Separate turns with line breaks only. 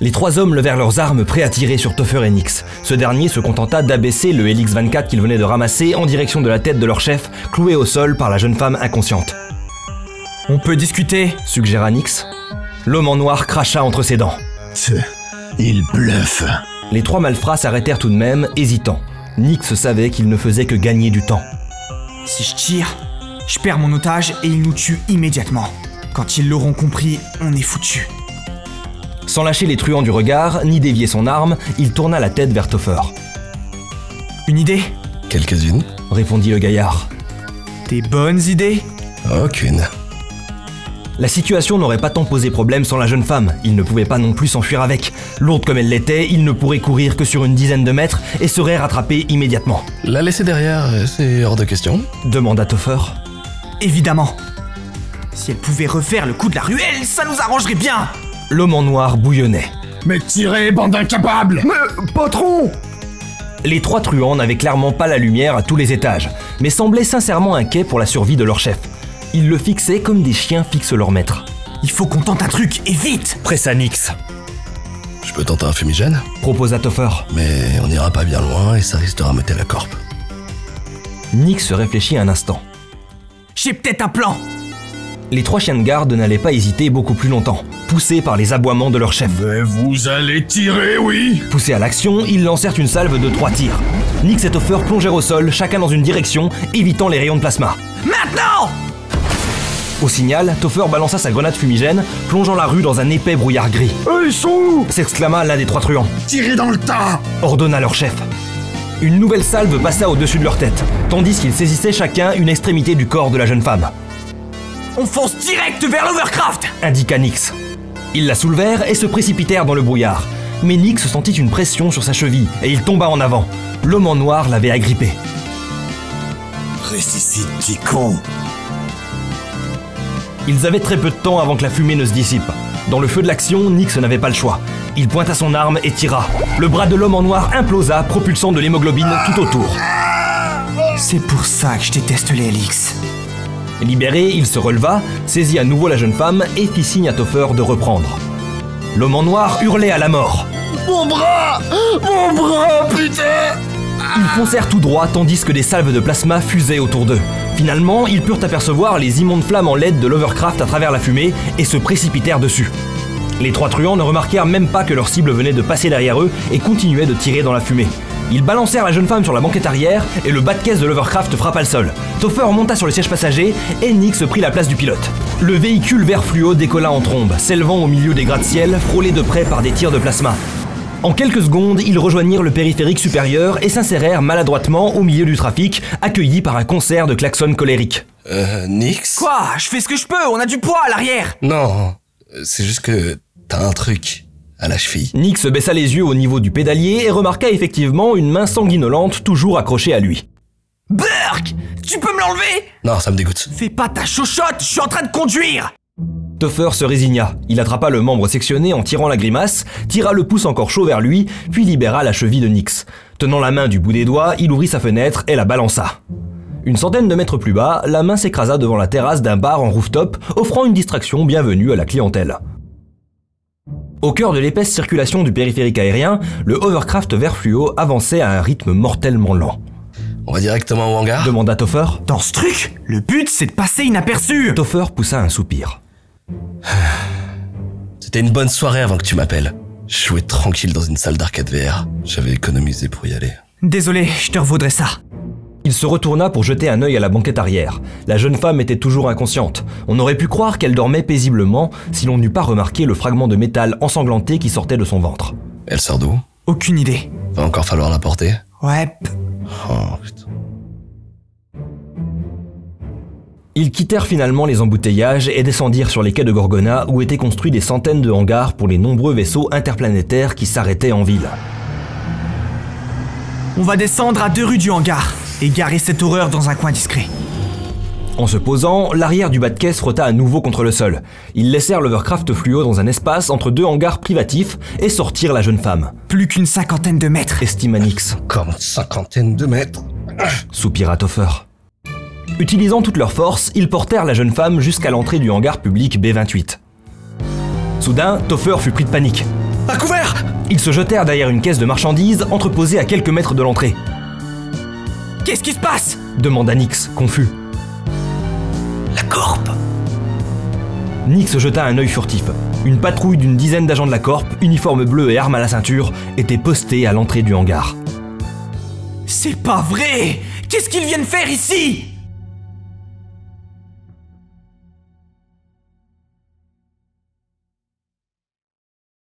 Les trois hommes levèrent leurs armes prêts à tirer sur Topher et Nix. Ce dernier se contenta d'abaisser le LX-24 qu'il venait de ramasser en direction de la tête de leur chef, cloué au sol par la jeune femme inconsciente.
On peut discuter
Suggéra Nix. L'homme en noir cracha entre ses dents.
Il bluffe.
Les trois malfrats s'arrêtèrent tout de même, hésitants. Nix savait qu'il ne faisait que gagner du temps.
Si je tire, je perds mon otage et ils nous tuent immédiatement. Quand ils l'auront compris, on est foutu.
Sans lâcher les truands du regard, ni dévier son arme, il tourna la tête vers Topher.
Une idée
Quelques-unes
Répondit le gaillard.
Des bonnes idées
Aucune.
La situation n'aurait pas tant posé problème sans la jeune femme, il ne pouvait pas non plus s'enfuir avec. Lourde comme elle l'était, il ne pourrait courir que sur une dizaine de mètres et serait rattrapé immédiatement.
La laisser derrière, euh, c'est hors de question.
Demanda Topher.
Évidemment. Si elle pouvait refaire le coup de la ruelle, ça nous arrangerait bien
L'homme en noir bouillonnait.
Mais tirez, bande incapable
Mais, patron
Les trois truands n'avaient clairement pas la lumière à tous les étages, mais semblaient sincèrement inquiets pour la survie de leur chef. Ils le fixaient comme des chiens fixent leur maître.
Il faut qu'on tente un truc, et vite
Pressa Nix,
Je peux tenter un fumigène,
proposa Topher.
mais on n'ira pas bien loin et ça risque de rameuter la corpe.
Nix réfléchit un instant.
J'ai peut-être un plan
Les trois chiens de garde n'allaient pas hésiter beaucoup plus longtemps, poussés par les aboiements de leur chef.
Mais vous allez tirer, oui
Poussés à l'action, ils lancèrent une salve de trois tirs. Nix et Topher plongèrent au sol, chacun dans une direction, évitant les rayons de plasma.
Maintenant
Au signal, Topher balança sa grenade fumigène, plongeant la rue dans un épais brouillard gris.
Eux, ils sont où
S'exclama l'un des trois truands,
Tirez dans le tas
ordonna leur chef. Une nouvelle salve passa au-dessus de leur tête, tandis qu'ils saisissaient chacun une extrémité du corps de la jeune femme,
On fonce direct vers l'Overcraft
indiqua Nix. Ils la soulevèrent et se précipitèrent dans le brouillard. Mais Nix sentit une pression sur sa cheville et il tomba en avant. L'homme en noir l'avait agrippé.
Ressuscite, petit con
Ils avaient très peu de temps avant que la fumée ne se dissipe. Dans le feu de l'action, Nix n'avait pas le choix. Il pointa son arme et tira. Le bras de l'homme en noir implosa, propulsant de l'hémoglobine tout autour.
C'est pour ça que je déteste les LX.
Libéré, il se releva, saisit à nouveau la jeune femme et fit signe à Topher de reprendre. L'homme en noir hurlait à la mort.
Mon bras Mon bras, putain
Ils foncèrent tout droit tandis que des salves de plasma fusaient autour d'eux. Finalement, ils purent apercevoir les immondes flammes en LED de l'Overcraft à travers la fumée et se précipitèrent dessus. Les trois truands ne remarquèrent même pas que leur cible venait de passer derrière eux et continuaient de tirer dans la fumée. Ils balancèrent la jeune femme sur la banquette arrière et le bas de caisse de l'Overcraft frappa le sol. Topher monta sur le siège passager et Nix prit la place du pilote. Le véhicule vert fluo décolla en trombe, s'élevant au milieu des gratte-ciel, frôlé de près par des tirs de plasma. En quelques secondes, ils rejoignirent le périphérique supérieur et s'insérèrent maladroitement au milieu du trafic, accueillis par un concert de klaxons colériques.
Euh, Nix
Quoi Je fais ce que je peux, on a du poids à l'arrière
Non, euh, c'est juste que t'as un truc à la cheville.
Nix baissa les yeux au niveau du pédalier et remarqua effectivement une main sanguinolente toujours accrochée à lui.
Burke Tu peux me l'enlever
Non, ça me dégoûte.
Fais pas ta chochotte, je suis en train de conduire
Toffer se résigna. Il attrapa le membre sectionné en tirant la grimace, tira le pouce encore chaud vers lui, puis libéra la cheville de Nix. Tenant la main du bout des doigts, il ouvrit sa fenêtre et la balança. Une centaine de mètres plus bas, la main s'écrasa devant la terrasse d'un bar en rooftop, offrant une distraction bienvenue à la clientèle. Au cœur de l'épaisse circulation du périphérique aérien, le hovercraft vert fluo avançait à un rythme mortellement lent.
On va directement au hangar
Demanda Toffer.
Dans ce truc, le but c'est de passer inaperçu
Toffer poussa un soupir.
C'était une bonne soirée avant que tu m'appelles. Je jouais tranquille dans une salle d'arcade VR. J'avais économisé pour y aller.
Désolé, je te revaudrais ça.
Il se retourna pour jeter un œil à la banquette arrière. La jeune femme était toujours inconsciente. On aurait pu croire qu'elle dormait paisiblement si l'on n'eût pas remarqué le fragment de métal ensanglanté qui sortait de son ventre.
Elle sort d'où
Aucune idée.
Va encore falloir la porter
Ouais, p-
Oh putain.
Ils quittèrent finalement les embouteillages et descendirent sur les quais de Gorgona où étaient construits des centaines de hangars pour les nombreux vaisseaux interplanétaires qui s'arrêtaient en ville.
on va descendre à deux rues du hangar et garer cette horreur dans un coin discret.
En se posant, l'arrière du bas de caisse frotta à nouveau contre le sol. Ils laissèrent l'Overcraft fluo dans un espace entre deux hangars privatifs et sortirent la jeune femme,
Plus qu'une cinquantaine de mètres.
estima Nix.
Comme une cinquantaine de mètres.
soupira Toffer. Utilisant toutes leurs forces, ils portèrent la jeune femme jusqu'à l'entrée du hangar public B28. Soudain, Toffer fut pris de panique.
À couvert
Ils se jetèrent derrière une caisse de marchandises entreposée à quelques mètres de l'entrée.
Qu'est-ce qui se passe
Demanda Nix, confus.
La corpe
Nix jeta un œil furtif. Une patrouille d'une dizaine d'agents de la Corp, uniforme bleu et armes à la ceinture, était postée à l'entrée du hangar.
C'est pas vrai Qu'est-ce qu'ils viennent faire ici